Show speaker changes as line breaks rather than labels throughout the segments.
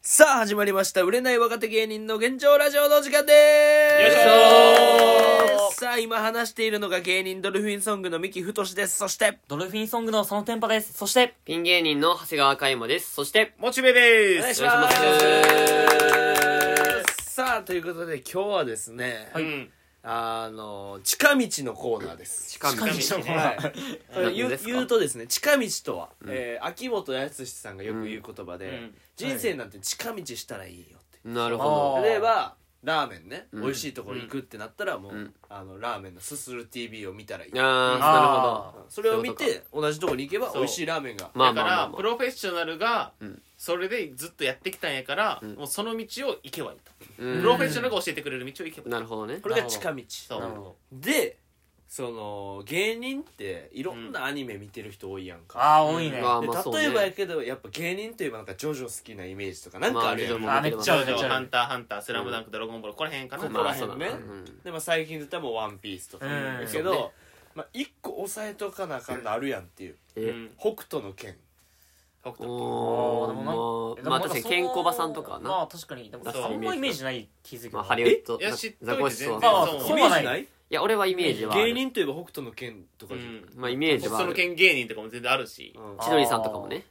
さあ始まりました売れない若手芸人の現状ラジオの時間で
よいし
ーすさあ今話しているのが芸人ドルフィンソングの三木太ですそして
ドルフィンソングのそのテンパです。そして、
ピン芸人の長谷川海馬です。そして、
モチベで
お願い
す
します
お願いし
さあということで今日はですね、
う
い
ん
あの近道のコーナーです
近道。
近道
はい、言
何
う
ですか
言うとですね近道とは、えー秋元康さんがよく言う言葉で、
ん
人生なんて近道したらいいよって、
なるほ
あー
例えばラーメンね、
うん
美味しいところ行くってなったらもう、
うん
あのラーメンのすする TV を見たらいい、
ど。ああ、なるほど。
あ
うんそれを見
そうい
て同じところに行けば
そう
美味しいラーメンが
まあ
だか
まあまあ
ら
ま
プロフェッショナルが
うん
それでずっとやってきたんやから
ん
もうその道を行けばいいと
あ。う
プ
ん
ロフェッショナルが教えてくれる道を行けばいい
なるほどね
こ。れが近道
そう
なるほど
でその芸人っていろんなアニメ見てる人多いやんか、
あー、多いね。
まあ
で
まあそうね。
例えばやけどやっぱ芸人といえばなんかジョジョ好きなイメージとかなんかあるやん、
ま
あめっちゃ
少
めっち
女
ゃ
ハンターハンタースラムダンクドラゴンボールここら辺かな
こ
ま
こら
あそう
辺
だ
ね
ね。
でまあ最近で言ったらもうワンピースとか
うん
やけど、まあ、一個押さえとかなあかんのあるやんっていう
う。
うんん
北斗の拳
北斗
お
ー
ー、まあ確かにケンコバさんとか
ま
な。
あ確かに。でも
そう
そんなイメージない気づき
まあハリウッド。
いや知っといて
ザコシソ
全
ウい
然
あ
そう
そう
イメージない
や、俺はイメージはあ
芸
る。
人といえば北斗の拳とか
う
じゃん、
ん
まあイメージはあ
その
る。
県芸人とかも全然あるし
うん
千鳥さんとかもね。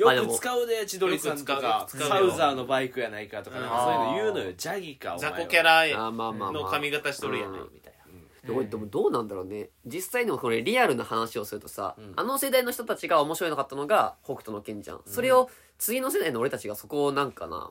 まあで
よ
も
く使うで千鳥さんと
よ
か
く使うよ
サウザーのバイクやないかとかなんかそういうの言うの
う
よジャギかお前
雑
は
魚キャラ
あーまあまあまあ
の髪型しとるやね
うん
みたいな
でもでもどうなんだろうね実際のこれリアルな話をするとさ、
うん
あの世代の人たちが面白いなかったのが北斗の拳じゃんそれを次の世代の俺たちがそこをなんかな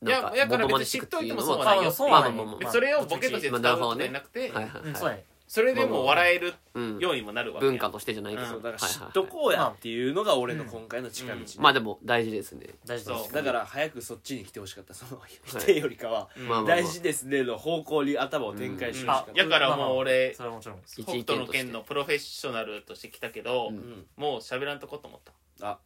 なん
いやだから
モノマネしてくっていうの
別に知っといても損は
は
ないよ
そう
まあ
な
まあ
ん
ま
や
あまあ
でそれをボケとして使うことじゃなくて
はいはいは
うん、
い
そうやね。
それでも笑える
うん
ようにもなるわけや
文化としてじゃないけど、
うん
そうだから
はい
知っ
はいはい
とこうやっていうのが俺の今回の近道、
うん
まあでも大事ですね、
大事です
そ。う
だから早くそっちに来てほしかったその否定よりかは
うん
まあまあまあ
大事ですねの方向に頭を展開してほしか
あ
った、
やからもう俺
それはもちろんです。
一
北
意見として
斗の拳のプロフェッショナルとして来たけど、
うん
うん
もう喋らんとこと思った、
あ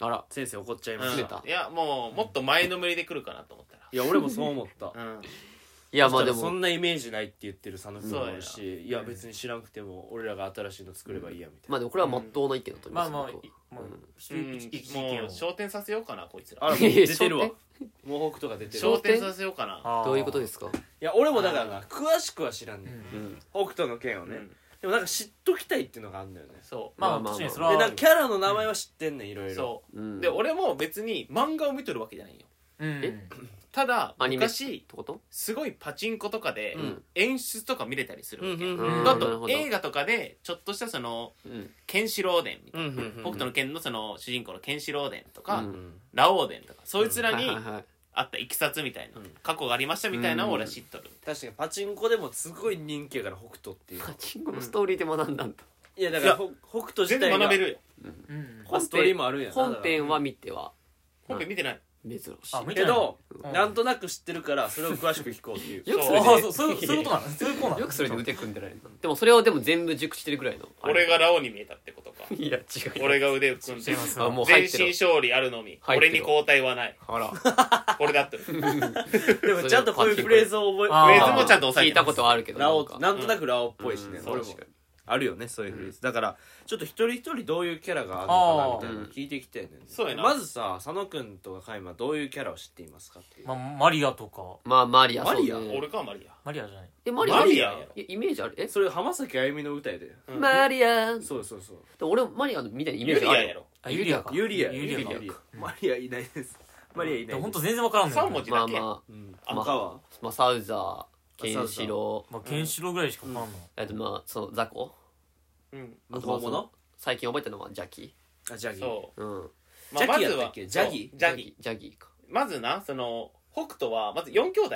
あら
先生怒っちゃいま
うん
し
冷
た、
た
いやもうもっと前のめりで来るかなと思った
いや俺もそう思った、
ら、うん、
いやま
ま
あ
あ
で
でもそ
も
んなイメージないって言ってる佐野君もいるしいや別に知らなくても俺らが新しいの作ればいいやみたい
まあでもこれは真っ当な意見だと思い
ま
ま
あ
す、
まあ、い
僕は
まあ、一
うん
一一意
も
見
う
を。
昇天させようかなこいつ
な、
ら
あらもう出てるわ
え
もう北斗が出てる
昇
わい
正
天させようかな
あー
どういうことですか、
や俺もだからな詳しくは知らんねん、
うん
うん、
北斗の剣をね、
うん
でもなんか知っときたいっていうのがあるんだよね
そう
ま
ま
あ
あまあ
確かにそれ
でなん
は
か。キャラの名前は知ってんねんいろいろ
そう、
うん
で俺も別に漫画を見とるわけじゃないよ
うん
え
ただ
アニメ
昔
ってこと
すごいパチンコとかで
うん
演出とか見れたりするわけ、
うん
うんうん
あ
な
る
と
ほど
映画とかでちょっとしたその
うん
ケンシロウ伝みたいな、
うんうん
北斗の拳のその主人公のケンシロウ伝とか、
う
うんん
ラオウ伝とかそいつらに
はいはいはい
あったいきさつみたいな、
うん
過去がありましたみたいなのを俺は知っとる、
確かにパチンコでもすごい人気やから北斗っていう
パチンコのストーリーで学んだんだ、
いやだからほ北斗自
全
体
然
が
学べるよ
うん
まあストーリーもあるんやな
本編は見ては
本編見てない、
珍しい
あ見
け
てない
ど、
うん
なんとなく知ってるからそれを詳しく聞こう っていう
よく
そ
そうれ
ああ、
で
そう、そういうそういうことなのそういうことなの
よくそれで腕組んでられるなでもそれをでも全部熟知してるぐらいの
俺がラオウに見えたってことか
いや違う
俺が腕を組んで
あもう
全
入って
身
る
勝利あるのみ
入って
俺
る
に交代はない
あら
これだってるフレ
でもちゃんとこういうフレーズを覚え
あ
ー
ー
ズもちゃんと押さえ
聞
て
いたことはあるけど
ラオ
なんか
なんとなくラオっぽいしね、
うん
俺も
確かに
あるよねそういうフレーズ、だからちょっと一人一人どういうキャラがあるのかなみたいなの聞いてきてね、
そうやな
まずさ佐野君とか海馬どういうキャラを知っていますかっていう、
まあ、マリアとか。
まあマリア
マリア
そうね
俺かマリア
マリアじゃない。
えマリア
マリア
いやイメージあるえ
それ浜崎あゆみの歌やで、
うん
マリアで
そうそうそう
俺マリアみたいなイメ
ユ
ージ
リ
あ
ア
る
やろ
あ、ユリアか。
ユリア
ユリアか。
マリアいないですマリアいな
で
い
も
で
ほ
す
んと全然わからんのよ
三文字
まあ
だけ
ま
うん
あま
赤は
あまあサウザーケンシロ
まあ、ケンシロウぐらいしかわかんない。
ウあとまあそのザコ
うん
あとま
本
あそ
物
の最近覚えたのはジャキ
あジャギ
そ
うん
う、まあ、ま
ジャギ
ず
やったっ
は
けジャギ
そうジャギ
ジャギか
まずなその北斗はまず4兄弟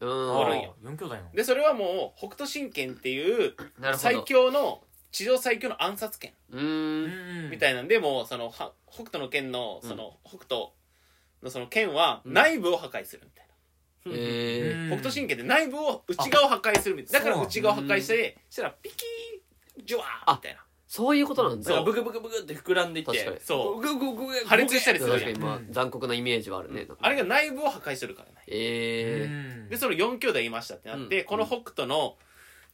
うん
おるんや
あー四兄弟の。
でそれはもう北斗神拳っていう
なるほど
最強の地上最強の暗殺拳
うーん
み
みたいなんでもうそのは北斗の拳の
うん
その北斗のその拳は内部を破壊するみたい
うん
え
な、北斗神拳で内部を内側を破壊するみたいなだ
あ
か
そう
ら
なん
内側を破壊してしたらピキージュワーみたいな
そういうことなん
だから
だ
ブクブクブクって膨らんでいって
確かに
そう
グググググ
破裂したりする
確
や
か
ん
にまあ
うん
残酷なイメージはあるね
あれが内部を破壊するからね
え
でその4兄弟いましたってなって、この北斗の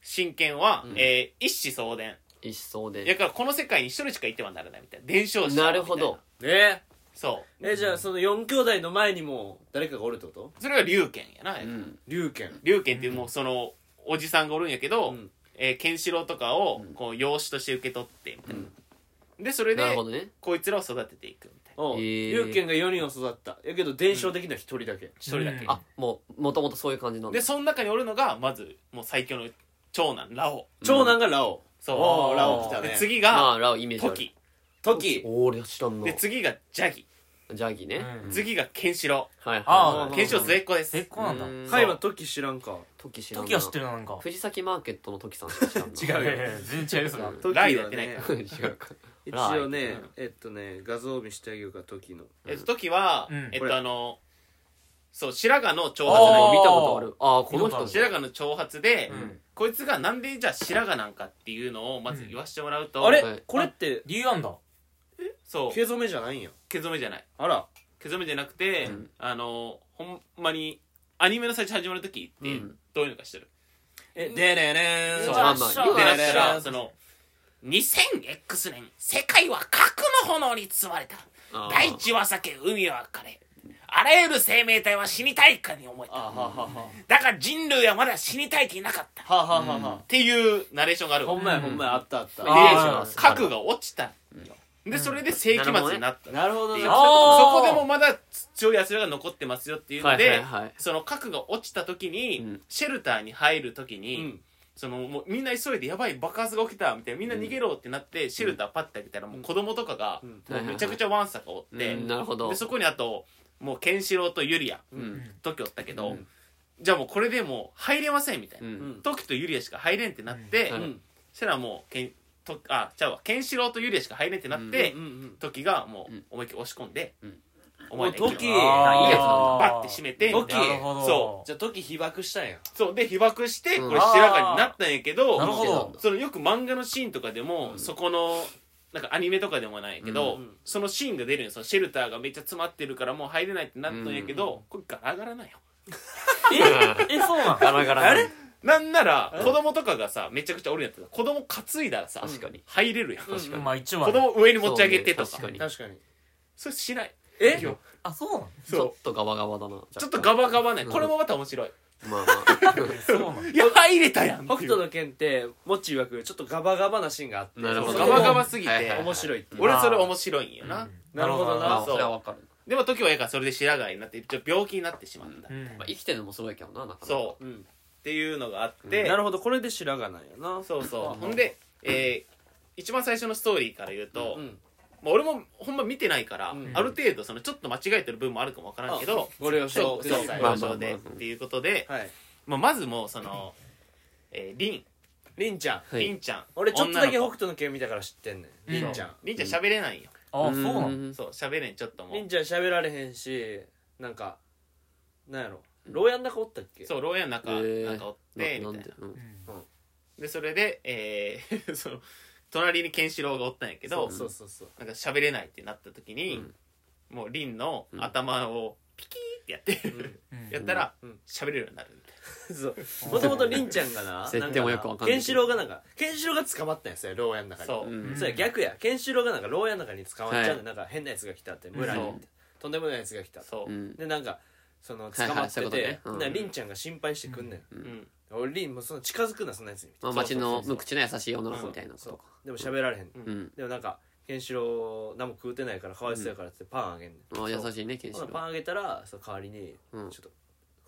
神拳は、
うん
えー一子相伝
え一層
だ
で
からこの世界に一人しかいてはならないみたいな伝承者みたい
なるほど
ね
そう
えじゃあその4兄弟の前にも誰かがおるってこと
それが龍拳やな、
うん
龍拳
龍拳っていうもうそのおじさんがおるんやけど、
うん
えーケンシロウとかを
うん
こう養子として受け取ってみたいな、でそれ
なる
で
ほどね
こいつらを育てていくみたいな
おう
へー
龍拳が4人を育ったやけど伝承できるのは1人だけ、
一人だけ、
うん
あもうもともとそういう感じなんだ
でその中におるのがまずもう最強の長男ラオ
長男がラオ
そう
おー
ラオ来た
ね
で次
ま
が
あラオイメージあ
ト
る
キ
トキ
おー俺知らんの
で
ジ
次がジャギ
ャギね、
うん
次がケンシロ
はいはい
あ
は
ウ
い
ー
ケンシロウ末っ子です
絶好なんだ
うん
カイはトキ知らんか
時知らんな
時は知ってるななんか
藤崎マーケットの時さんしか知らん
違うよ
いやいや全 然違うよそれは
うん
トキ
ラ
は
イダーってない
ね
か
う違うか
一
ライ
応ね
うん
えっとね画像を見してあげようかトキの
えっとトキは、
うん
えっ
これ
とあのそう白髪の長
あ
髪
なん
の
か
ー
見たことあるああこの
見たこと
人
ある
白髪の長髪で、
うん
こいつがなんでじゃあ白髪なんかっていうのをまず言わしてもらうと、
あれ、
はい
これって
理由あんだ
そう
毛染めじゃないんや
毛染めじゃない
あら
毛染めじゃなくて、
うん
あのほんまにアニメの最初始まる時っ
う
て
ん
どういうのかしてる、
えでねね
そう
まあまあ
ってなっ
ね
た
ね
らその 2000X 年世界は核の炎に包まれた
あー
大地は裂け海は枯れあらゆる生命体は死にたいかに思え
あは
た
はは
だから人類はまだ死に絶えていなかったっ
ははははは
ていうナレーションがあるわ
ほんまや
うん
ほんまやあったあった
あ
で
ーナレーションがある
核が落ちたんよでそれで世紀末になった、
なるほどね
そ
あー
こでもまだ強い奴らが残ってますよっていうので、
はいはいはい
その核が落ちた時に、
うん
シェルターに入る時
う
に、
ん
そのもうみんな急いでやばい爆発が起きたみたいなみんな逃げろってなって、シェルターパッて開けたらもう子供とかが、
うん
もうめちゃくちゃワンサかおって、
うんなるほど
でそこにあともうケンシロウとユリア
うん
時おったけど、
うん
じゃあもうこれでもう入れませんみたいうな、
うんん
時とユリアしか入れんってなって、
うんはい
そしたらもうけんとあちゃうわケンシロウとユリアしか入れんってなって、
うんうん
時がも
うん
う思いっきり押し込んで、
うん
お前ら
お
行
ト
く
キ
よ
あー
いいやつなんだ
バッて閉めてみ
トキ
たいな
なるほど
そ
じゃあトキ被爆したんや
そうで被爆して
うん
これ白髪になったんやけど,、
あーなるほど
そのよく漫画のシーンとかでも、そこのなんかアニメとかでもないけど、
うんうん
そのシーンが出るんよそのシェルターがめっちゃ詰まってるからもう入れないってなったんやけど、これガラガラなんよ
えそうなん
ガラガラあれ
なんなら子供とかがさめちゃくちゃおるんやったら子供担いだらさ
確かに
入れるやん子
まあ一応はね
供上に持ち上げてと
そ
か
うね確か
確
に
かに
それしない
え
今日
あそうなの
ちょっとガバガバだな
ちょっとガ
バ
バガバね
うん
これもまた面白い
まあま あ
そうなの
いや入れたやんって
北
いう
斗の拳ってモッチー曰くちょっとガバガバなシーンがあって
なるほど
ガバガバすぎて
はいはいはい
面白いっていう
俺それ面白いんよな、
なるほどな
まあ
そう
それはわかる
でも時はええからそれで白髪になって一応病気になってしまった、
うん
まあ生きてるのもすごいけどななかなか
そう
うん
っていうのがあって、
なるほどこれで白髪なんやな
そうそ
うん
うほんで、えー一番最初のストーリーから言うと、
ん
まあ、俺もほんま見てないから、
うん
ある程度そのちょっと間違えてる部分もあるかもわからんけど
ご了承
そう
く
そ
だ
う
さい
まあ
表情で
まあまあまあ
っていうことで、
はい
まあ、まずもうその、えー、リン
りんちゃん
はい
リンちゃん
俺ちょっとだけ
女
北
の子
斗の拳見たから知ってんねんりんちゃん
リンちゃん喋れないよ、
あそうなの
ん
そう喋れんちょっとも
りん
う
ちゃん喋られへんしなんかなんやろ牢屋の中おったっけ
そう牢屋の中、
へー
なんかおってみ
な
たいな
なんでうん
でそれで、えー その隣にケンシロウがおったんやけど
そうそうそう
なんか喋れないってなった時に、もうリンの頭をピキーってやって、
うん
やったら
うん
喋れるようになるみたい
そうもともとりんちゃんがな
設定もよくわかんない
ケンシロウがなんかケンシロウが捕まったんやそれ牢屋の中に
そう
うん
そうや逆やケンシロウがなんか牢屋の中に捕まっちゃうんで、
はい
なんか変なやつが来たって村に
そう
行ってとんでもないやつが来た
なそうう、
ん
でなんかその
いはい
捕まって
そういうこと
て
ねうん
なりんちゃんが心配してくんねん、
うん
俺りんもうその近づくなそんなやつに
そ
まあ
うそう
街
そう
の無口な優しい女の子みたいなこと
そう
か
でも喋られへん、
うん
うん
でもなんかケンシロウ何も食うてないからかわいそうやからってパンあげんねん、
あ優しいねケンシ
ほな
ロウ
パンあげたらその代わりにち
う
ょ
ん
っと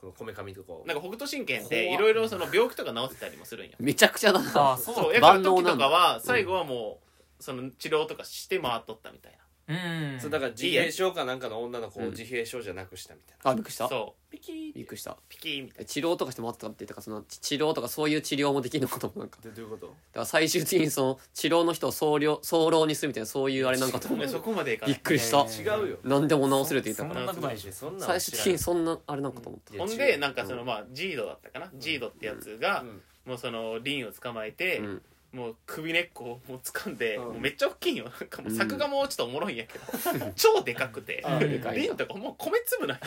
このこめかみとかを
なんか北斗神拳って
怖っ
いろいろその病気とか治ってたりもするんよ
めちゃくちゃだな
あそう
そう
だ
やから
万能
時
な
と
んだ
かは最後はもうその治療とかして回っとったみたい
うん
そうだ
か
から自閉症かなんかの女の子を自閉症じゃなくしたみたいな、
あびっくりし
な
た
そうピキー
びっくりした
ピキーみたい
治療とかしてもらってたっていうかその治治療とかそういう治療もできるのかと思うなんかだ
でどういうこと
から最終的にその治療の人を総量総労にするみたいなそういうあれなんかと思
な
う
そこまでいかな
びっ
い
くりした
違うよ
何でも治せるって言ったか
そんなことないでしょ
そんな
ら最
の
終
知
的
ら
にそんなあれなんかと思っ
いや
ほん
違
で
う
なんかそのまあジードだったかな、ジードってやつ
う
が、
ん
もうそのリンを捕まえて、
たうん
もう首根っこをもう掴んで、
うん
もうめっちゃ大きいんよなんかもう
うん
作画もちょっとおもろいんやけど、 超でかくて
あ
でかいな
瓶とかもう米粒なんよ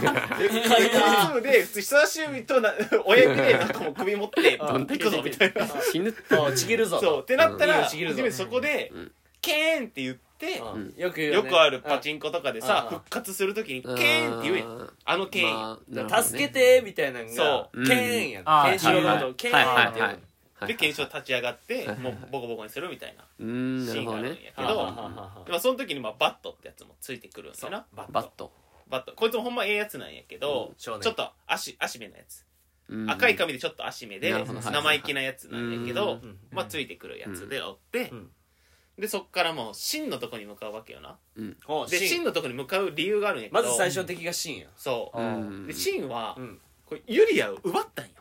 か
米
いな
粒で普通人差し指とな 親指でなんかもう首持って
あ
行くぞみたいな
死ぬって
そうちぎるぞ
そうってなった
いい
ら
よちぎるぞ
初めてそこで
うん
「ケーン!」って言っして、
うん
よく言う
よ
ね
くあるパチンコとかでさ、
うん
復活するときに、ケ
うん
ーンって言えん。あのケーン。
まあなるほどね
助けてみたいなのが
そう
剣やん
あー
剣士郎のこと
は
を剣
はい
っ
は
て言う
いはい
の
はい
で、検証立ち上がって、
はい
もうボコボコにするみたいな
うーんな
シー
る
ン
ほ
があるん
ど
や
ね
け
はあはあ
ど、
はあ
でもその時にまあバットってやつもついてくるんですよな。
バッ
バット
バット。こいつもほんまええやつなんやけど、
うん
ち
少
ょっ
年
と足、足目のやつ。
うん
赤い髪でちょっと足目で、
なるほどはい
生意気なやつなんやけど
うん、
まあついてくるやつでおって
うん、
で、そっからもう真のとこに向かうわけよな。
ほう
で、
シー
真
ン
のとこに向かう理由があるんやけど、
まず最初の敵がシーンや
そうう。
ん
で、シンは
うん、
これユリアを奪ったんよ。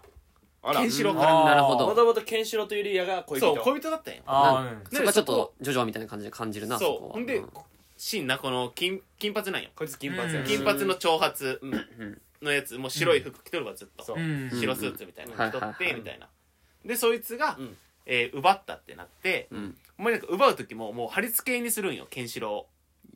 あ
ケンシロウか
あ
ら。
ーなるほど
もともとケンシロウとユリアが恋人
そう、恋人だったんよ。
あ
な
ーうん
そこはちょっとジョジョみたいな感じで感じるなそこ
そう。
は
ほんで
うん、
シンな、この金、金髪なんよ。
こいつ金髪やな
うん
金髪の長髪
ん
のやつもう白い服着とるわずっと
そう
うん
白スーツみたいな
うん
の着とっ
はいはい
て
はい
みたいなでそいつが
うん、
えー奪ったってなって
うん
お前なんか奪う時ももう貼り付けにするんよケンシロ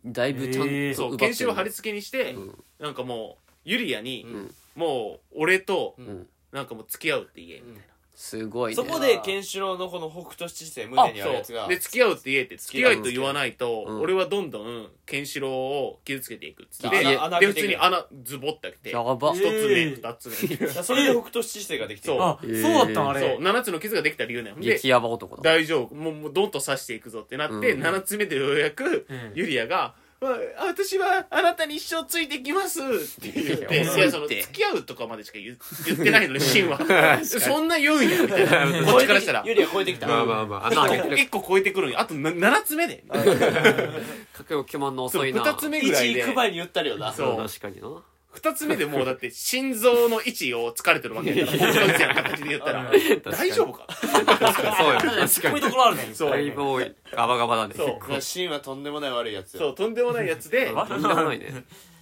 だいぶちゃんと奪っ
え
て
ー
ウ
る
そうケンシロウ貼り付けにして
うん
なんかもうユリアに
ん
もう俺と
う
うん
なんかもう付き合うって言えみたい
すごいね
そこでケンシロウのこの北斗七星胸にある
な
やつ
そ
が
うで付き合うって言えって付き合いと言わないと
うん
俺はどんどんケンシロウを傷つけていくっつって
で
で
穴
で
開
普
けていく
通に穴ズボッて開けて
やば
一つ目
えー
二つ目
だからそれで北斗七星ができてる
そう
あ、
えー
そうだったんあ
そ
れ
う、7つの傷ができた理由なんで、
激ヤバ男だ
大丈夫、もう、もうどんと刺していくぞってなって、
うん
7つ目でようやく、
うん
ユリアが、わ私はあなたに一生ついてきますって言っ
いや
て、い
重いって
や、その、付き合うとかまでしか言う言ってないのに、シンは。そんな言うんや、みたいな。こっちからしたら。
ユリア超えてきた
まあまあまあ穴開けてる
1個超えてくるんや。あとな7つ目で。
かけよ巨万の遅いな
2つ目ぐらい
1
で
行。く前に言ったりよな
そう
確かにな
2つ目でもうだって心臓の位置を突かれてるわけやから、本当みたいな形で言ったら、大丈夫か
確かにそうよ確
こういうところあるね
そう
だいぶ多いガバガバだね
そう
結構
まあシーンはとんでもない悪いやつ
そ
よ
う、とんでもないやつで、
とんでもないね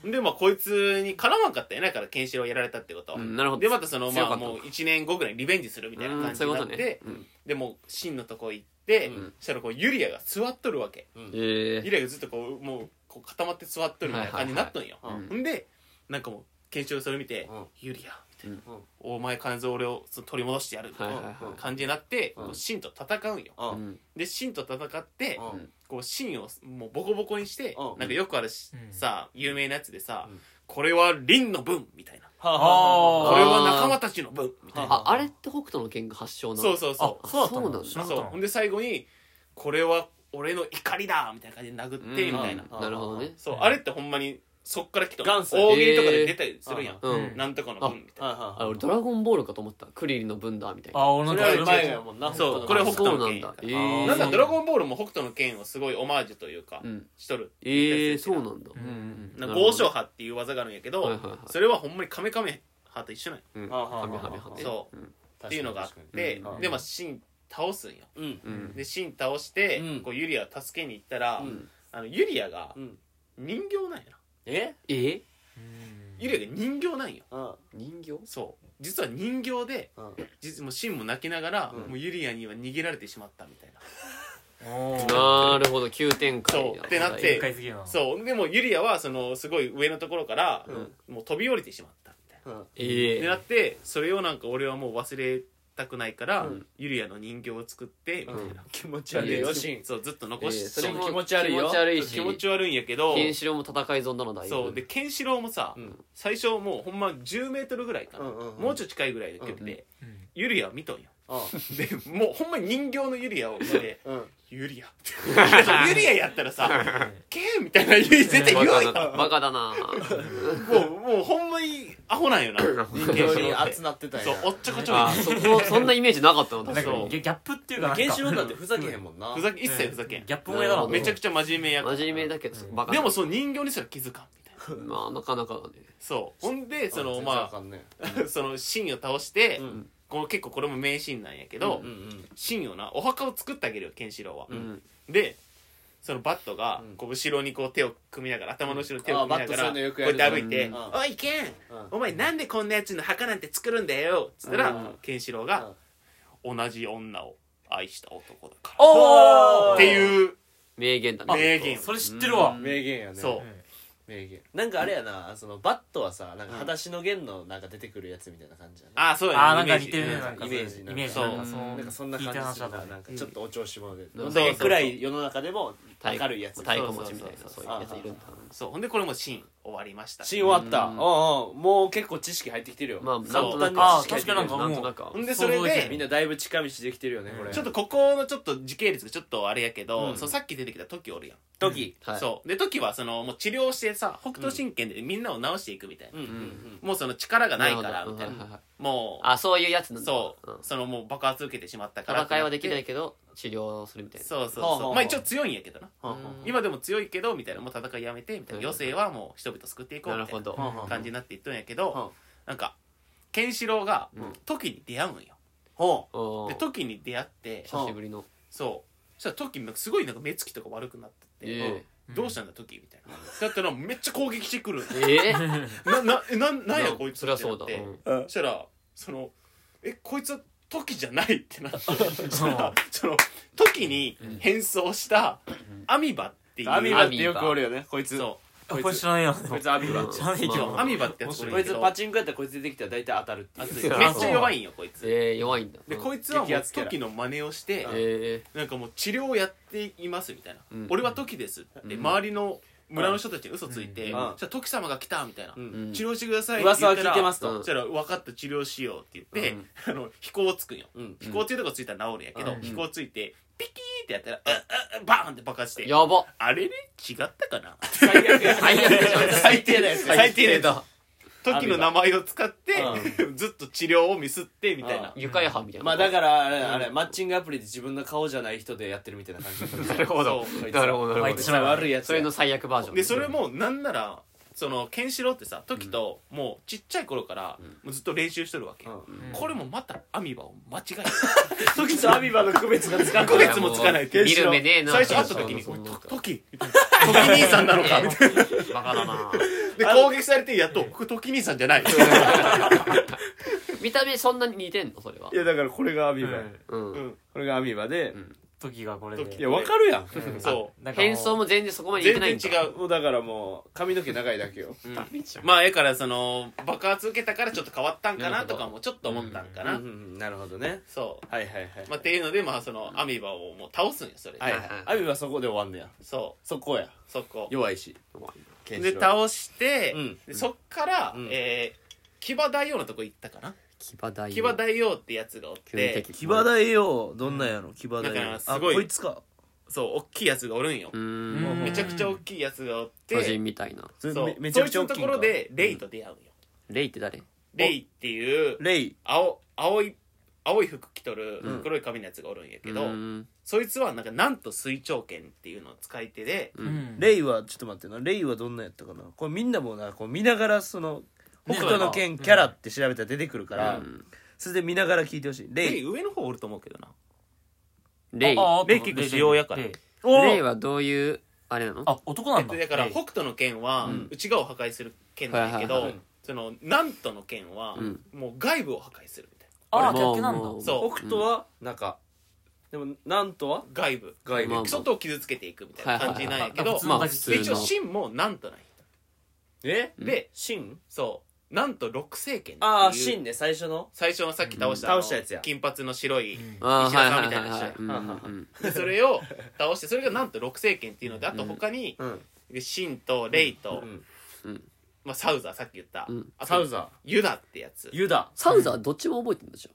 でまあこいつに絡まんかったよねだからケンシロウやられたってこと、
うんなるほど
でまたその
強
ま
か
あ
った
もう1年後ぐらいにリベンジするみたいな
う
感
ん
じ
そうい
に
うこ
な
と
って、
ね
でもうシンのとこ行って、
うん
そしたらこうユリアが座っとるわけ
え
ユリアがずっとこうもうこう固まって座っとるみたいな感じになっとんよ、
はいはい
はい
ほんでなんかもうケンシロウそれ見て「
うん
ユリア」みたいな
うん
「お前必ず俺をその取り戻してやる」みたい
はい
な
はいはい
感じになって、
うん
こうシンと戦うんよ
うん
う
うん
ん
でシンと戦って、
うん
こう芯をもうボコボコにして、
うん
なんかよくあるし、
うん
さ有名なやつでさ、
うん
これは凛の分みたいな
はあ
あ
は
ー
これは仲間たちの分みたいな
ああれって北斗の剣が発祥なの
そうそうそう
あ
そうだった
そうなん
の
だ
知
そ
ら
う
なかった
ほんで最後にこれは俺の怒りだみたいな感じで殴
うん
ってみたいな、
うん
なるほどね
そう
うん
あれってほんまにそっから来たの
元祖
大喜利とかで出たりするやん、
う
うんん
なんとかの分みたい
あ
な
はいはい
あれ俺ドラゴンボールかと思ったクリリンの分だみたいな
あ俺
そ
なん
れ
か
は
そ
前
は
やもんな
そう
本当
これは北斗の
そう
剣
なんだえ
あ
ー
なんかドラ
ン
ゴンボールも北斗の剣をすごいオマージュというか、
うん
しとる
ええそうなんだ
うんうん
なんか
なるほど
豪昇派っていう技があるんやけど、
はいはいはい
それはほんまにカメカメ派と一緒なんよ
うん
あはあはあ
はめはめはめ
そうっていうのがあっ
確か
て、
うん
でまあ芯倒すんよ
に
んうん
で芯倒して、
うん
こうユリアを助けに行ったら、
うん
あのユリアが
うん
人形なんやな
え
え
ユリアが人形なんよ
うん
人形
そう実は人形で
うん
実もうシンも泣きながら、
うん
もうユリアには逃げられてしまったみたいな、
おー
なるほど急展開
そうってなって
深いすぎるな
そうでもユリアはそのすごい上のところから、もう飛び降りてしまったみたいな、
うん
え
でなってそれをなんか俺はもう忘れたくないから、
うん
ユリアの人形を作ってみたいな、
気持ち
う
悪
ん
い
で
よ
え
シン
そうずっと
え
残し、
ーそれも
気持ち悪いよ
気持ち悪い
気持
し
ち悪いんやけど
ケンシロウも戦い損なのだいぶ
そうでケンシロウもさ、
うん
最初もうほんま1 0ルぐらいかな、
うんうんうん
もうちょい近いぐらいで蹴って、
うんうん
うん
ユリアを見とんよ
う
でもうほんまに人形のユリアを見 て
んうん
「ユリア」 ユリアやったら さ「ケン」みたいなユリア絶対言う
バカ
よ
だバカだな
もうもうほんまにアホなんよな
人形に集なってたん
そう
や
おっちょこちょい
あそこそんなイメージなかったの
なん
確
か
か
そう
ギャギャップっていうかなんか
原子炉なんてふざけへんもんな
ふざけ一切ふざけん、
ギャップ萌えだな
うん
めちゃくちゃ真面目やから
に真面目だけどバカ
でもその人形にすら気づかんみたいな
まあなかなかだね
そうほんでその
全然わ
ま
かんね
あそのシンを倒して、
えうん
この結構これも名シーンなんやけど、
うんうん
シンをなお墓を作ってあげるよケンシロウは、
うん
でそのバットが
うん
こう後ろにこう手を組みながら頭の後ろに手を
あ
組みな
バッ
が
トそういうの
らこ
よく
う
や
や
る
って歩いて
うん
「おいケン
うん
お前なんでこんなやつの墓なんて作るんだよ」っつった
う
ら
ん
ケンシロウ
う
が「同じ女を愛した男だから」
おー
っていう
名言だね
名言
それ知ってるわ
名言やね
そう
名言なんかあれやなそのバットはさなんか裸足の弦のなんか出てくるやつみたいな感じやな
ああそうや
あー
ね
な
イメー
んか
ジ
似てるね
うん
なんか
イメージ
イメージ
そう
なんかその
なんかそんな
聞い
感
た
じす
話だ
る
っ
な
た
なんかちょっとお調子者で
うん
どんだけ暗い世の中でも
太
明るいやつ
太鼓持ちみたい
そ
なそ
そう
う
そうそう
ういうやついるんだ
そうほんでこれもシーン終わりました
シーン終わった
う
うんんうんもう結構知識入ってきてるよ
まあなん
簡
と
単に
あ
知識
確
入ってきてる
かになんかもう
なんとなくは
想像
でそれで
きる
みんなだいぶ近道できてるよねこれ
ちょっとここのちょっと時系列がちょっとあれやけど、
うん
そうさっき出てきた時おるやん
時
はい
そうで時はそのもう治療してさ北斗神拳でみんなを治していくみたいな、
うんうんうん
もうその力がないから
るほど
みたいな、
うんはいはいはい
もう
あそういうやつなんだ
そう、
ん
そのもう爆発受けてしまったから
戦いはできないいけど治療するみたいな
そうそう
はあはあ
そ
は
う
あ
まあ一応強いんやけどな
うん
今でも強いけどみたいなもう戦いやめてみたいな
うん
余生はもう人々救っていこう
な
み
る
たい
ほ
な
ど
はあはあ
感じになっていっとんやけ
は
どなんかケンシロウが
うん
時に出会うんよ
ほ
おー
で時に出会って
久しぶりの
そうそしたら時すごいなんか目つきとか悪くなってて、
え
うんどうしたんだ時みたいなだったらめっちゃ攻撃してくる
えええ
ななえ なんなんやこいつ
そりゃそうだ
ってなって
うん
そしたらそのえこいつは時じゃないってなってそしたらその時に変装したアミバっていう
アミバってよくおるよねこいつ
そ
あ これ知らんやん
こいつアミバ
うん
こ
知らんけ
うそう
ど
アミバってやつおるん
い
やけ
つ
ど
パチンコやったらこいつ出てきたら大体当たるっていう
熱いめっちゃ弱いんよこいつ
えー弱いんだ
でこ
い
いつはも
激
う
アツキャラ
時の真似をして
え
なんかもう治療をやっていますみたいな
うん
「俺は時です」って
うん
周りの村の人たちに嘘ついて「
うん
じゃあ時様が来た」みたいな
う
え
ん
うん
治療してください
噂は聞いてます
と
そしたら分かった治療しようって言って、
うん
あの飛行つくんよ
うん
飛行ついたとこついたら治るんやけど、
うん
飛行ついてピキーってやったら「うっうっバーン!」って爆発して
やば
あれれ違ったかな
最悪や
最悪じゃん
最低だよ
最低だよ
だ
時の名前を使って、 ずっと治療をミスってみたいな、
愉快犯みたいな
まあだからあれあれマッチングアプリで自分の顔じゃない人でやってるみたいな感じなる
ほ
ど
なるほどなるほど
こいつら悪いやつ
それの最悪バージョン
でそれもなんならそのケンシロウってさ時ともうちっちゃい頃からもうずっと練習しとるわけ、これもまたアミバを間違 えた時
アミバの区別がつかん
1ヶ月もつかない
見る目ねえな
最初会った時に「
そ
こ
う
れ
そうそう
と時」みたいな「時兄さんなのか」みたいな
バカだな
で攻撃されてやっと「これ時兄さんじゃない」
見た目そんなに似てんのそれはい
やだからこれがアミ
う
バ
ん
うん
これがアミバで
時がこれ
い
で
やわかるやん
うん
そ
なんかもう
変装も全然そこまで似て
全
ない
然
んだ
違う
もうだからもう髪の毛長いだけよ
まあええからその爆発受けたからちょっと変わったんかなとかもちょっと思ったんかな
なるほどね
そ
はいはいはいう
まあっていうのでまあそのアミバをもう倒すんよそれで
はいはいアミバそこで終わんのや
そ
そこや
うそこ
弱いしケンシ
で
ロウ
倒して
うん
でそっから
うん
えー騎馬大王のとこ行ったかな
騎馬大
騎馬大王ってやつがおって
騎馬大王どんなんやろ騎馬大
だか
王
らす
あ
ごい
こいつか
そう大きいやつがおるんよ
うー
うんん
めちゃくちゃ大きいやつがおって
巨人みたいな
それ
そう
めめちゃ
そ
く
いつ
ちゃ大
のと
きいん
こ
か
ろでレイと出会うんよ
レイって誰
レイっていう
レイ
青青い青い服着とる黒い髪のやつがおるんやけど、
うーん
そいつはなんかなんと水長剣っていうのを使い手で、
うん
レイはちょっと待ってなレイはどんなんやったかなこれみんなもなこう見ながらその北斗の
う
剣
ん
キャラって調べたら出てくるか
う
ら、
ん
それで見ながら聞いてほしいレ
レイ
イ
上の方おると思うけどな
レイ
ああ
レイ結構主要やから
レイ
お
レイはどういうあれなの
あ男なんだ
だから
レイ
北斗の剣は内側を破壊する剣なんやけ
はい
ど、
はい
はい
そのなんとの剣は
うん
もう外部を破壊するみたい
ああ
もう
逆なんだ
もう
なそう
北斗は中でもなんとは
外部
外
まあ
部
外を傷つけていくみたいな感じなんやけど、
はいはいはい
まあ
普
普
通
通
で一応
の
真もなんとない
え
で
真
そうなんと六星剣っていう
ああ真ね最初の
最初のさっき倒した,、
うん倒したやつや
金髪の白い
ん
ああ
石田さ
は
ん
い
みたいな
はいはいはい
人
うんう
で
ん
それを倒してそれがなんと六星剣っていうのであと他に
うん
シンとレイと、
うん
まあ、サウザーさっき言った、
うん
あと
サウザー
ユダってやつ
ユダ
サウザーどっちも覚えてんだじゃん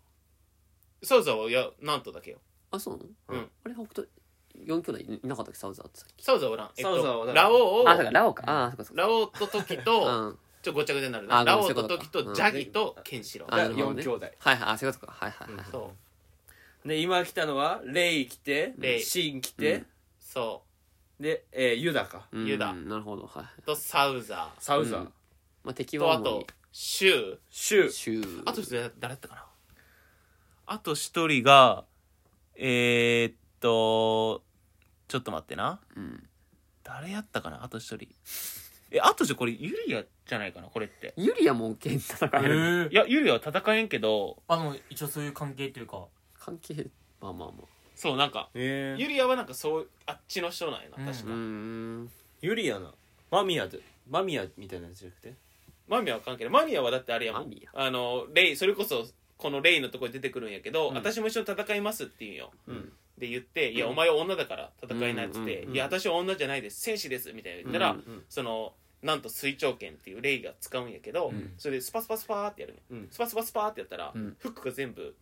サウザーはいやなんとだけよ
あそうなの
うん
あれ北斗四兄弟いなかったっけサウザーってさっき
サウザーはおらん、えっ
サウザーは
と、
だから
ラオウを
あだからラオかああそうかそうか
ラオウとトキと、
うん
ちょっとごちゃごちゃになる
あ
なラオ
ごめ
ウ
んそうい
と
うこ
ト
とか
キとジャギとケンシロウ
あな
が
るほど
4
ね
兄弟
はいはいあそういうことかはいはいはい
そう
で今来たのはレイ来て
レイ
シン来て
そ
でえーユダか
うん
ユダ
なるほどはいはいう
とサウザ
サウザ
う
ー
んまあ敵
ーと
は
あ
主
と
に
シュウ
シュウ
シュー
あと一人誰だったかなあと一人がえー、っとちょっと待ってな
うん
誰やったかなあと一人えあとじゃこれユリアじゃないかなこれって
ユリアも剣戦える
へ
い
え
やユリアは戦えんけど
あの一応そういう関係というか
関係まあまあま
そうなんか
え
ユリアはなんかそうあっちの人なんやな
うん
確
あ
か、
うーん
ユリアなマミヤでマミヤみたいなやつじゃなくて
マミアは関係ないマミアはだってあれやも
マ
ん
ミ
あのレイそれこそこのレイのとこに出てくるんやけど、
うん
私も一緒に戦いますって言うんよ、
うん
で言って「いやお前は女だから戦えない」っつって
うんうん
「いや私は女じゃないです戦士です」みたいな言ったら、
うん
うん
そのなんと水長剣っていうレイが使うんやけど、
ん
それでスパスパスパーってやるね、
うん
スパスパスパーってやったら、
うん
フックが全部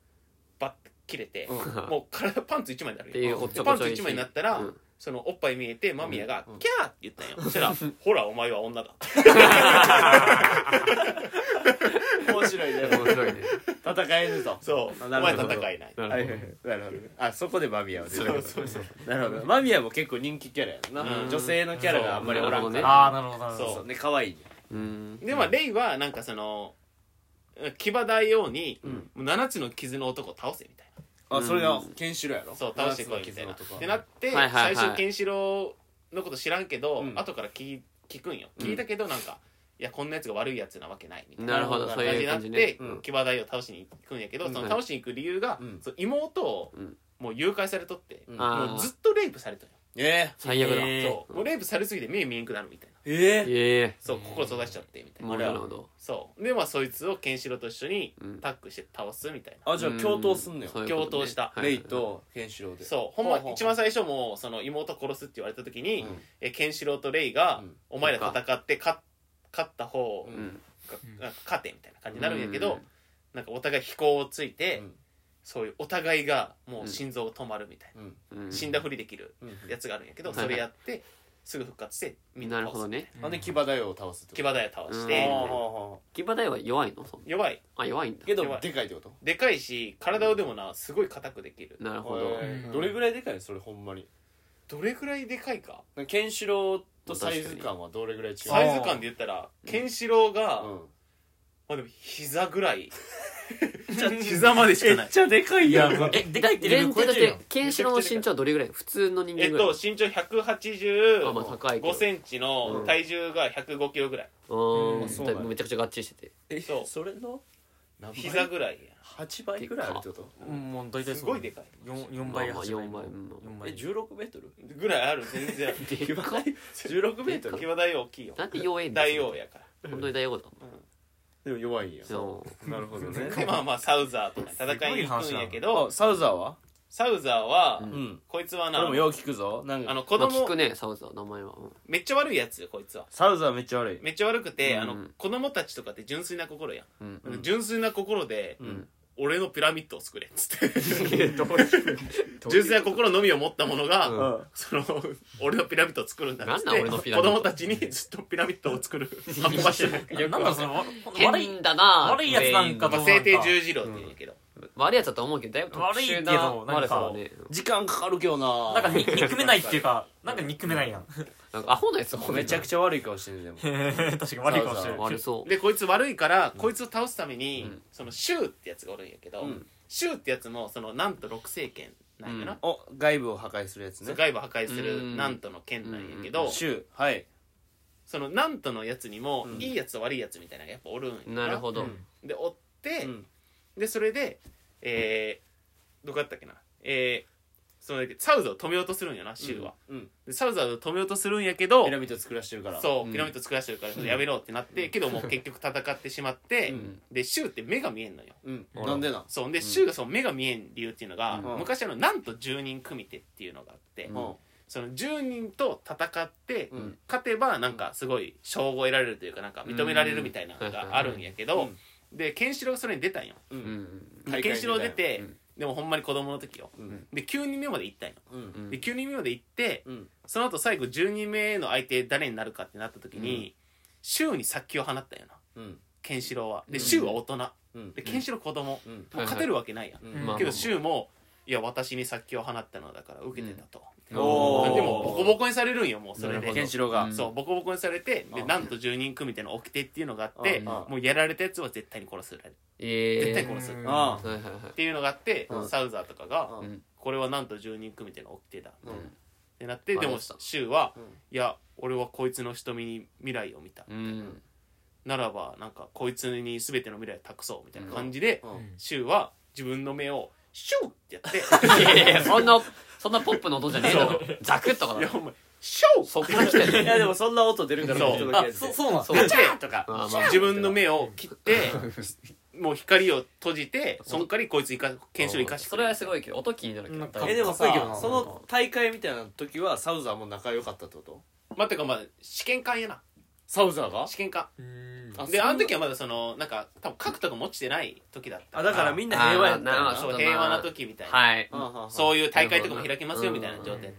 バッて切れて、
ん
もう体パンツ一枚になる
っていう
よ
おっちょ
パ
こ
ン
ちょ
ツ
い
一枚になったら、
うん
そのおっぱい見えてマミヤが
う
「
ん
キャー!」って言ったんよそしたら「ほらお前は女 だ」
面白いね
面白いね
戦えると
そうお
なる
前
ほど
戦えない
な
はい
る
は
ほ
いなるほどあそこでマミヤは出てく
そう
る
そうそう
なるほどマミヤも結構人気キャラやんな、
うん
女性のキャラがあんまりおらんから
そうなるほどね
ああなるほどなるほ
そう
ど
そうね可愛いね
どうん
でまあレイはなんかその騎馬大王に
ん
もう7つの傷の男を倒せみたい
あそれがケンシロウやろ
なそう倒してこいみたいなっ
七つの傷の男
てなって
はいは
最
いはい
初ケンシロウのこと知らんけど
うん
後から聞聞くんよ聞いたけどなんかいやこんなやつが悪いやつなわけないみたいな
なるほどそ
感
う
じ
い
に
う
なっ
感じね
て
うん
騎馬大王を倒しに行くんやけど
ん
その倒しに行く理由が
うん
そう妹を
うん
もう誘拐されとって
うん
あー
もうずっとレイプされとる
え
最悪だえ
えー
よそうもうレイプされすぎて目見えんくなるみたいな
えええ
え
そう心閉ざしちゃってみたいな
なるほど
そうでまあそいつをケンシロウと一緒に
うん
タッグして倒すみたいな
あじゃあ共闘すんのよ
そういうことね
共闘した
はい
レイとケンシロウで
そうほん
ほ
ま
うほうほう
一番最初もその妹殺すって言われた時に、
うん
えケンシロウとレイが、
うん
お前ら戦って勝っ勝った方
う
う
が、
ん
ん
なんか勝てみたいな感じになるんやけど、
うん
なんかお互い飛行をついて、
うん
そういうお互いがもう心臓止まるみたいな、
うん
うん
死んだふりできる
うん
やつがあるんやけど、
うん
それやってすぐ復活してみんな
なる
倒す
ほどね
なんで騎馬大王を倒すって
騎
馬
馬大を倒し
うん
て、
あ騎馬台は弱いのそん
弱い
あ弱いんだ
けど
やばい
でかいってこと
でかいし体をでもなすごい硬くできる
なるほど
へー
うん
どれぐらいでかいのそれほんまに
どれぐらいでかいか
なんかケンシロウとサイズ感はどれぐらい違う
サイズ感で言ったらケンシロウが、
うん
まあでも膝ぐら い膝までしかない
ちゃでかいやん
えでかいって前提としてケンシロウの身長はどれぐらい普通の人
え
間
っ
ぐらい
と身長185
あまあ高いけど
センチの体重が105キロぐらい、
う
うんん
そうなんや
めちゃくちゃ合致してて
え
そう
それの
膝ぐらいや
8倍ぐらいあるってこと
うんもう大体
すごいでかい
4, 四倍
まあまあ
8倍
四倍うん
四
え
倍
16メートル
ぐらいある全然
で かい
16メートル
騎馬大王大きいよ
なんで弱いんだ
大王やから
本当に大王だ
でも弱いんや
そ
なるほど
でまあまあサウザーとか戦いに行くんやけど
あサウザーは
サウザーは、
うん
うん
こいつは
これ
な
もよう聞くぞなん
あ
か
の
う
子
まあ
供、
聞くねサウザー名前はうん
めっちゃ悪いやつよこいつは
サウザーめっちゃ悪い
めっちゃ悪くて、
うん
あの子供たちとかって純粋な心やん
うん
うん
純粋な心で、
ん
俺のピラミッドを作れっつって純粋な心のみを持った者が、
うん
その俺のピラミッドを作るんだっつって
なんなん俺のピラミッド
子供たちにずっとピラミッドを作 る 反抗してる
なんだろうそのわ悪い
変だな
悪いやつなんか
ま
と
あ
思う
聖帝十字路って言うんやけど、
悪いやつだと思うけどだいぶ特殊な
悪いけど
悪さだね
時間かかるけどな
なんかに憎めないっていうかなんか憎めないやん
なんかアホなやつだもんね
めちゃくちゃ悪い顔してるでも
確かに悪いかもしれない
悪そう
でこいつ悪いからこいつを倒すために、
うん
そのシューってやつがおるんやけど、
うん
シューってやつもそのなんと六聖剣なんやな、
お外部を破壊するやつ
そう
ね
外部破壊す
う
る
ん
なんとの剣なんやけど、
シューはい
そのなんとのやつにも、
うん
いいやつと悪いやつみたいなのがやっぱおるんや
なるほど
うん
で追って、
うん
でそれでえー、どこやったっけなえーそのサウザを止めようとするんやなシュウは、
うん
でサウザを止めようとするんやけど
ピラミッド作らしてるから
そううんピラミッド作らせてるからちょっとやめろってなって、けどもう結局戦ってしまって、
うん
でシュウって目が見えんのよ
うんなんでな
そうで、シュウがその目が見えん理由っていうのが、
うん
昔あのなんと10人組手っていうのがあって、
う
うん
その10人と戦って、
うん
勝てばなんかすごい称号得られるというかなんか認められるみたいなのがあるんやけど、でケンシロウがそれに出たんよ
う
うんん
大会に出たよ
ケンシロウ出て、
うん
でもほんまに子供の時よ
うん
で9人目まで行ったんよ
うん
で9人目まで行って
うん
その後最後10人目の相手誰になるかってなった時に、周に殺気を放ったんよな
うん
ケンシロウはで周は大人、
うん
でケンシロウ子供、
うん
もう勝てるわけないやん、
うん
うん
まあ
けど周もいや私に殺気を放ったのだから受けてたと、
おー
でもボコボコにされるんよもうそれ
なるほ
で
ど
ケンシロウが
うん
そうボコボコにされてで
うん
なんと10人組みたいなの起きてっていうのがあって
うん
もうやられたやつは絶対に殺すられる絶対
ええ
殺すっ
あ
はいはいはい
ていうのがあって、
うん
サウザーとかが、
うん
これはなんと10人組みたいなの起きてだっ
うん
てなって、
うん
でも
あれさ
シュウは、
うん
いや俺はこいつの瞳に未来を見た、
うん
ならばなんかこいつに全ての未来を託そうみたいな感じで、
うん
うん
シュウは自分の目をシュウってやって
いやいやそんなそんなポップの音じゃねえだろザクッと か
いや
だ
お
ろ
前 シュウ
そっから来て
い
んの
やでもそんな音出るから
そう
ちょっとだけや
あ
って
そそうなん
そ
で
う
とか
まあまあ
自分の目を切ってもう光を閉じてそんかりこいついかケンシロウ生かして
それはすごいけど音気になるけど
なんか
だいぶ
えでも
かっこいいけど
さ
な
その大会みたいな時はサウザーも仲良かったってこと
まあてかまあ試験官やな
サウザーが
試験官
うん
あ
であの時はまだそのなんか多分核とか持ちてない時だった
あだからみんな平和やったんだ
あーなるほ
そ
ど
う平和な時みたいな
はい
はあはあはあ
そういう大会とかも開きますよみたいな状態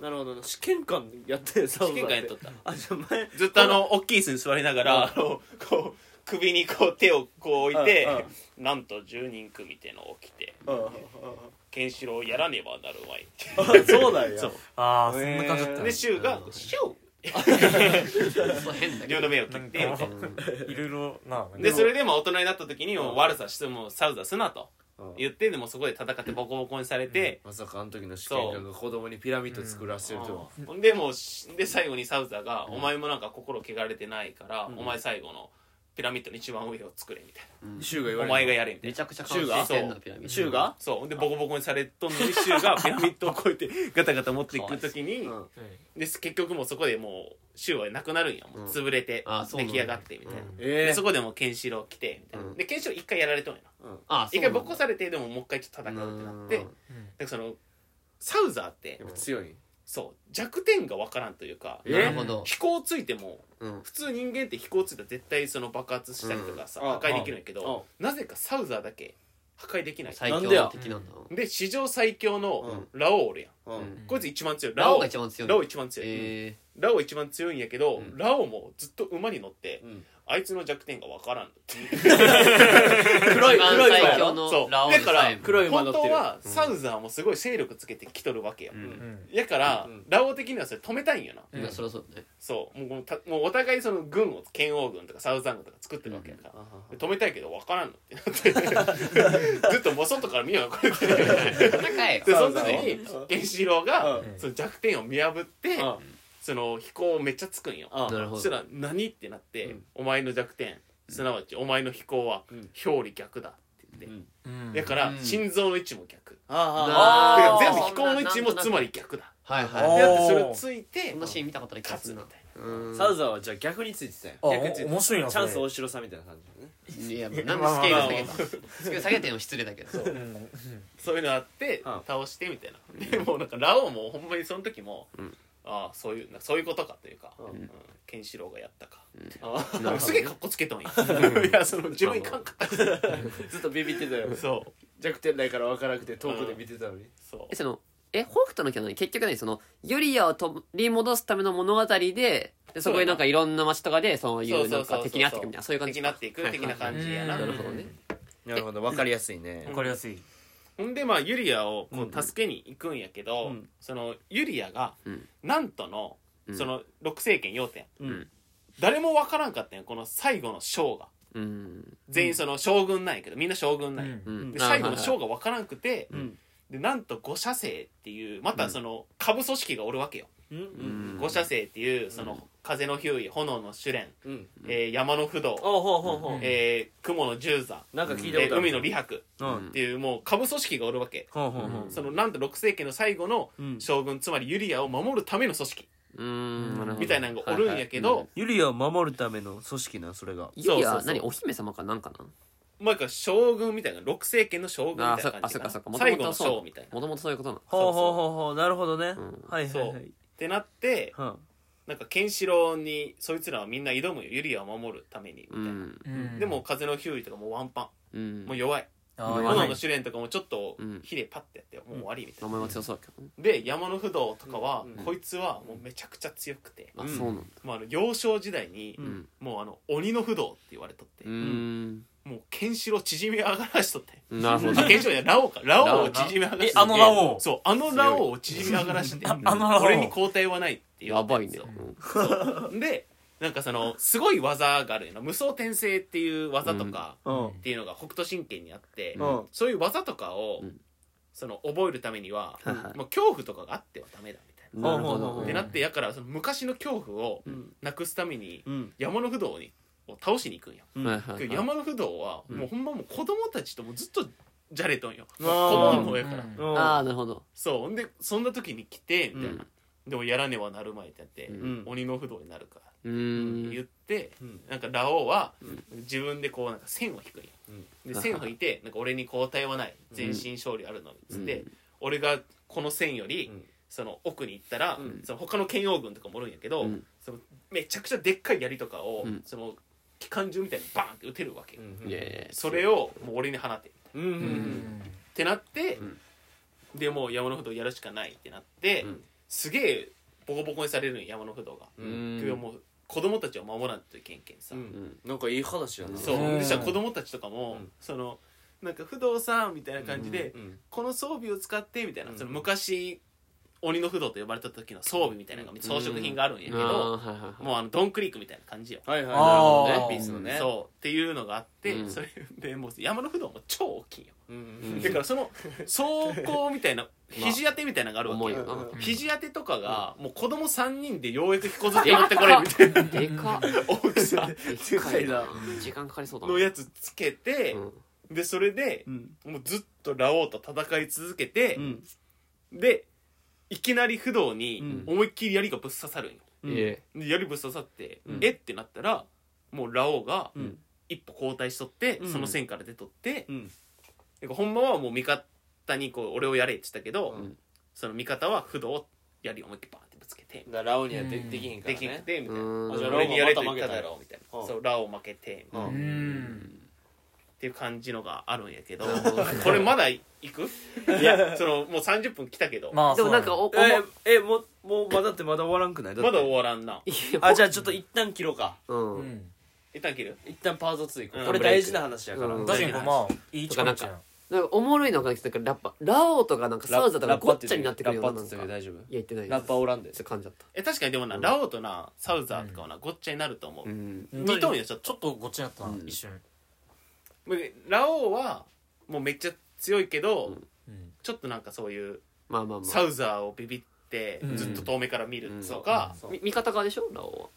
なるほどな試験官やってるサウザー
試験官やっと
っ
った
あじゃあ前
ずっとあの大きい椅子に座りながらあのこう首にこう手をこう置いてなんと10人組ってのを起きてケンシロウやらねばなるまいって
あそうなんや
そう
ああそ
へ
ん
ー
な感じだった
でシュウが「シュウ!
そう変」だけ
両の
ど
目を切ってみたいな
うんいろいろな
でそれでまあ大人になった時にもう悪さしてもサウザーすなと言ってでもそこで戦ってボコボコにされて
まさかあの時の試験官が子供にピラミッド作らせるとは
うんでもうしで最後にサウザーが「お前もなんか心汚れてないからお前最後のピラミッドの一番上を作れ」みたい
シュウが言
な「
われ
お前
る
がやれ」みたい
め
な
ちゃくちゃ感心してんな
そう
ピラミッド
中が
そうでボコボコにされとんのにシュウがピラミッドを越えてガタガタ持っていく時に
うん
で結局もうそこでもうシュウはなくなるんやもう潰れて
あそ
出
うなんだ
来上がってみたいな
え
で
え
そこでもうケンシロウ来てみたいなでケンシロウ一回やられとんやな
あそ
一
う
回
なんだ
ボコされてでももう一回ちょっと戦うってなって
う
だ
ん
からそのサウザーって
やっぱ強い
そう弱点が分からんというか
え
なるほど
飛行ついても
うん
普通人間って飛行ついたら絶対その爆発したりとかさ
うん
破壊できるんやけ
うんうん
どなぜかサウザーだけ破壊できない
最
なんで
強
や
的なんだ
で史上最強のラオウおるやん
うん
ん
こいつ一番強い
ラオウが一番強い
ラオウ一番強い
え
ラオウ一番強いんやけど、
ん
ラオウもずっと馬に乗って、
うん
あいつの弱点が分からん
ー黒い
黒い馬やろ
最強のラオウ
だから
黒い馬乗
本
ってる
当はサウザーもすごい勢力つけてきとるわけや、
ん
だから、
うん
ラオウ的にはそれ止めたいんよな、
うん
まあそりゃそうだね
そうもうたもうお互いその軍を剣王軍とかサウザー軍とか作ってるわけやから、で止めたいけど分からんのってな ってずっともう外から見ようがこれて
高い
で
サ
そ
ウザ
の
ー
時
を
にケンシロウが、
うん
その弱点を見破って、
うん
その飛行をめっちゃつくんよ、
あ
なるほ
そ
ど
したら「何?」ってなって、
うん
お前の弱点すなわちお前の飛行は
うん
表裏逆だ」って言って、
うん
だから
うん
心臓の位置も逆、
ああああ
だから
あー
全部飛行の位置も
そんな
つまり逆だ
はい
で
はい
あー
だってそれをついて
こんなシーン見たことない気が
勝
す
つ
る
み
な
たい
うん
サウザーはじゃあ逆についてたんや
あお
逆についてた
面白いな
チャンス
それ
大城さんみたいな感じだね
いやもうなんでスケール下げたのスケール下げてんの失礼だけど
うん
なそういうのあって
うん
倒してみたいな、でもうなんかラオウもほんまにその時も、ああそういうなんかそういうことかというか、うんケンシロウがやったか、
あ
なんかすげえかっこつけとんや いやその自分いかんか
あ
った
ずっとビビって たよ
そう
弱点ないから分からなくて遠くで見てたのに
そ
えそのえ北斗の拳は何結局ねそのユリアを取り戻すための物語ででそこになんかいろんな街とかでそう
う
いうなん
そうそうそう
か
そう
敵になっていくみたいなそういう感じ
敵になっていく的な感じやな、
はいはいはい
うん
なるほどね
なるほど分かりやすいね
わかりやすい
ほんでまあユリアをこう助けに行くんやけど、
うん
そのユリアが
うん
なんとの、
うん
その六聖剣要点、
うん
誰もわからんかったんよこの最後の将が
うん
全員その将軍なんやけどみんな将軍なんや、
う
うんん
で最後の
勝
将がわからんくて、
ん
でなんと五社生っていうまたその下部組織がおるわけよ、
うんうん
五社生っていうその風のヒューイ炎の修練、
うん
えー山の不動、
ああほうほうほう
えー雲の十座、
なんか聞いたこ
えー
とある
海の李白
うんん
っていうもう下部組織がおるわけ
ほうほうほう
そのなんと六世紀の最後の
うん
将軍、つまりユリアを守るための組織
うんなるほど
みたいなのがおるんやけど、
はいはい
ユリアを守るための組織なそれが
うんユリア
そうそう
は
そう
何お姫様かなんかな
まあなんか将軍みたいな六世紀の将軍みたい
あ
な
そ
感
あ
じ
そっ
か
か
な
そっかもと
最
も
後の
と
将
そ
みたいなっ
うもともとそういうことなの
ほうほうほうほうなるほどね
ん
はいはいは
そ
い
てなって
は
なんかケンシロウにそいつらはみんな挑むよユリアを守るためにみた
う
いな、
ん
うん
でも風のヒューイとかもうワンパ
うん
ンもう弱い
あー
うん
やば
炎
い
の試練とかもちょっと
うん
火でパッてやってもう終わりみたいな
名前は強そうだけど
で山の不動とかは、
うん
こいつはもうめちゃくちゃ強くて、
あそうなんだ
まあ、あの幼少時代に、
うん
もうあの鬼の不動って言われとって、
うん
もうケンシロウ縮み上がらしとって
なるほど
あケンシロウじゃないラオウかラオウを縮み上がらし
えあのラオウ
そうあのラオウを縮み上がらして
あのラオウ
俺に交代はないっていう
やばいね
そう
うん
でなんかそのすごい技があるよな無双転生っていう技とか
うんうん
っていうのが北斗神拳にあって、
うん
そういう技とかを、
うん
その覚えるためには、
はいはい
もう恐怖とかがあってはダメだみたいな。
なるほ
ほうほうほ
ど
う
ってなってやからその昔の恐怖を
ん
なくすために、
うん
山の不動にを倒しに行くんや。
うん
はいはいは
け
い
ど山の不動はもうほんまもう子供たちともずっとじゃれとんよ子
うわー
供の親から、
うん
うん
ああなるほど
そうほんでそんな時に来てみたいな、でもやらねばなるまいってなって、
うん
うん
鬼の不動になるから
うん
言って、
うん
なんかラオウは自分でこうなんか線を引くんよ、で線吐いてなんか俺に交代はない全身勝利あるのみっつって、
うん
俺がこの線より、
うん
その奥に行ったら、
うん
その他の剣王軍とかもおるんやけど、
うん
そのめちゃくちゃでっかい槍とかを、
うん
その機関銃みたいにバーンって撃てるわけ、
うん
いやいやいや
それをもう俺に放てっ
うん
う
うん
ん
てなって、
うん
でもう山の不動やるしかないってなって、
うん
すげえボコボコにされるんよ山の不動が、
う
うんん
けどもう子供たちを守らんといけんけんさ、
うんなんかいい話やな
そう
うん
そしたら子供たちとかも、
うん
そのなんか不動さんみたいな感じで、
うん
この装備を使ってみたいな、
うん
その昔鬼の不動と呼ばれた時の装備みたいなのが装飾品があるんやけど、
あーはいはいはい
もうあのドンクリークみたいな感じよ、
はいはい
あ
な
ー
るほどねピースのね
そうっていうのがあって、
うん
それでもう山の不動も超大きいよ、
うん
うん
だからその走行みたいな
まあ
肘当てみたいなのがあるわ
重
け
い
よ、
よな
うん
肘当てとかがもう子供3人でようやく引こずって持ってこれるみたいな
でかっ
大きさ
でかいな
で
時間かかりそうだな
のやつつけて、
うん
でそれで
うん
もうずっとラオウと戦い続けて
う、ん
でいきなり不動に
うん
思いっきり槍がぶっ刺さるんよ
うん
いえ
で槍ぶっ刺さって、
うん
えってなったらもうラオウが
うん
一歩後退しとって、
うん
その線から出とって、
うん
でほんまはもう味方にこう俺をやれって言ったけど、
うん
その味方は不動を槍を思いっきりバーンってぶつけて、
だからラオにはでできへんから
できなく
ね
てみたいな、
うん
あじゃあラオ
俺
ウが
にや
ま
れ
た
と言
負
っ
け
た
た
だ
よ
ろうみたいな、
うん
そうラオウ負けて、
う
っ
ん
ていう感じのがあるんやけど
なるほど
これまだ行くいやそのもう30分来たけど、
まあ
でもなんかおおも
ええもうもうまだってまだ終わらんくない
まだ終
わ
わらんな
あじゃあちょっと一旦切ろうか
うん
うん
一旦切る
一旦パート2いこう
うん
これ大事な話やから
うん
確かにまあいいチコリちゃん
なんかおもろいのが来てたからラッパラオウとかなんかサウザとかごっちゃになってくるよ
ラ
な
ッパ
な
っ
ん
て言
か
う
いや
大丈夫
言ってない
ラッパー
を
おらんで
ちょっと噛んじゃった
え確かにでもな、
うん
ラオとなサウザーとかはな、ごっちゃになると思う、
ん
似とんよちょっと
ちょっとごっちゃになったな
うん
一瞬
ラオウはもうめっちゃ強いけど、
うん
うん
ちょっとなんかそういう
まあまあまあ
サウザーをビビって
うん
ずっと遠目から見るとか、
そう
み味方側でしょラオ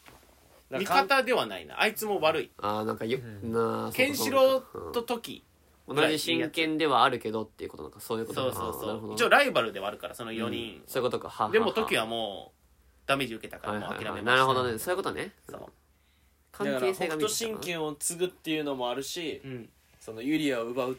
味方ではないなあいつも悪い
ウはあーなんかよ
うん
なあ
ケンシロウ
そうか
とトキ、
そうかうん同じ真剣ではあるけどっていうことなんかそういうこと
そう
か
そう
あーな
そ
るほ
う
ど
一応ライバルではあるからその4人、
そういうことかはあはあ
でもトキ
は
はもうダメージ受けた
あ
から
はい
もう
はい
諦
は
め
い
ま
な
し
る
た、
ほどねそういうことね
そう
だから北斗
関係性が見えてきたな
神拳を継ぐっていうのもあるし
うん
そのユリアを奪う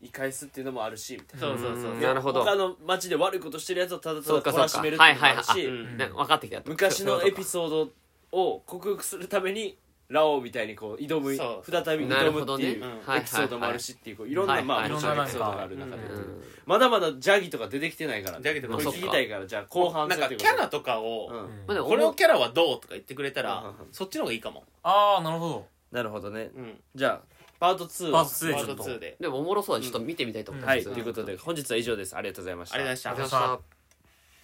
言い返すっていうのもあるしみたいな
そうそうそう
うんなるほど
他の町で悪いことしてるやつをただた
そ
だ
うか
懲
そう
らし
か
めるっていうのもある
はい
し
はい
はい
なんか分かってきた
昔のエピ
ソ
ソードを克服するためにラオウみたいにこう挑む
そう
再び挑むっていう
なるほどね
うんエピソードもあるしっていうこういろんな
はい
まあ
はい
面白いエピソードがある中で
いろん
う
ななん
まだまだジャギとか出てきてないから
ジャギとか
これ聞きたいからじゃあ後半
なん
戦
か
という
キ
こと
ャ
で
ラとかを、
うん
うん
まだ
こ
俺
の
も
キャラはどうとか言ってくれた
うん
ら
うんうん
そっちの方がいいかも、
ああなるほど
なるほどね
うん、
じゃあパート2
パーツ
ワー
2ちょ
ル
っ
ド
と
2で
でもおもろそうだちょっと見てみたいと思っ
うん
た
はい
普
と
通に
いうことで本日は以上ですありがとうございました
ありがとうございました
ありがとうございました